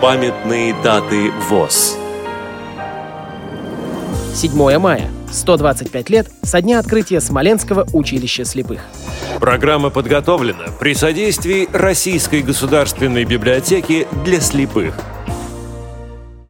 памятные даты ВОЗ. 7 мая. 125 лет со дня открытия Смоленского училища слепых. Программа подготовлена при содействии Российской государственной библиотеки для слепых –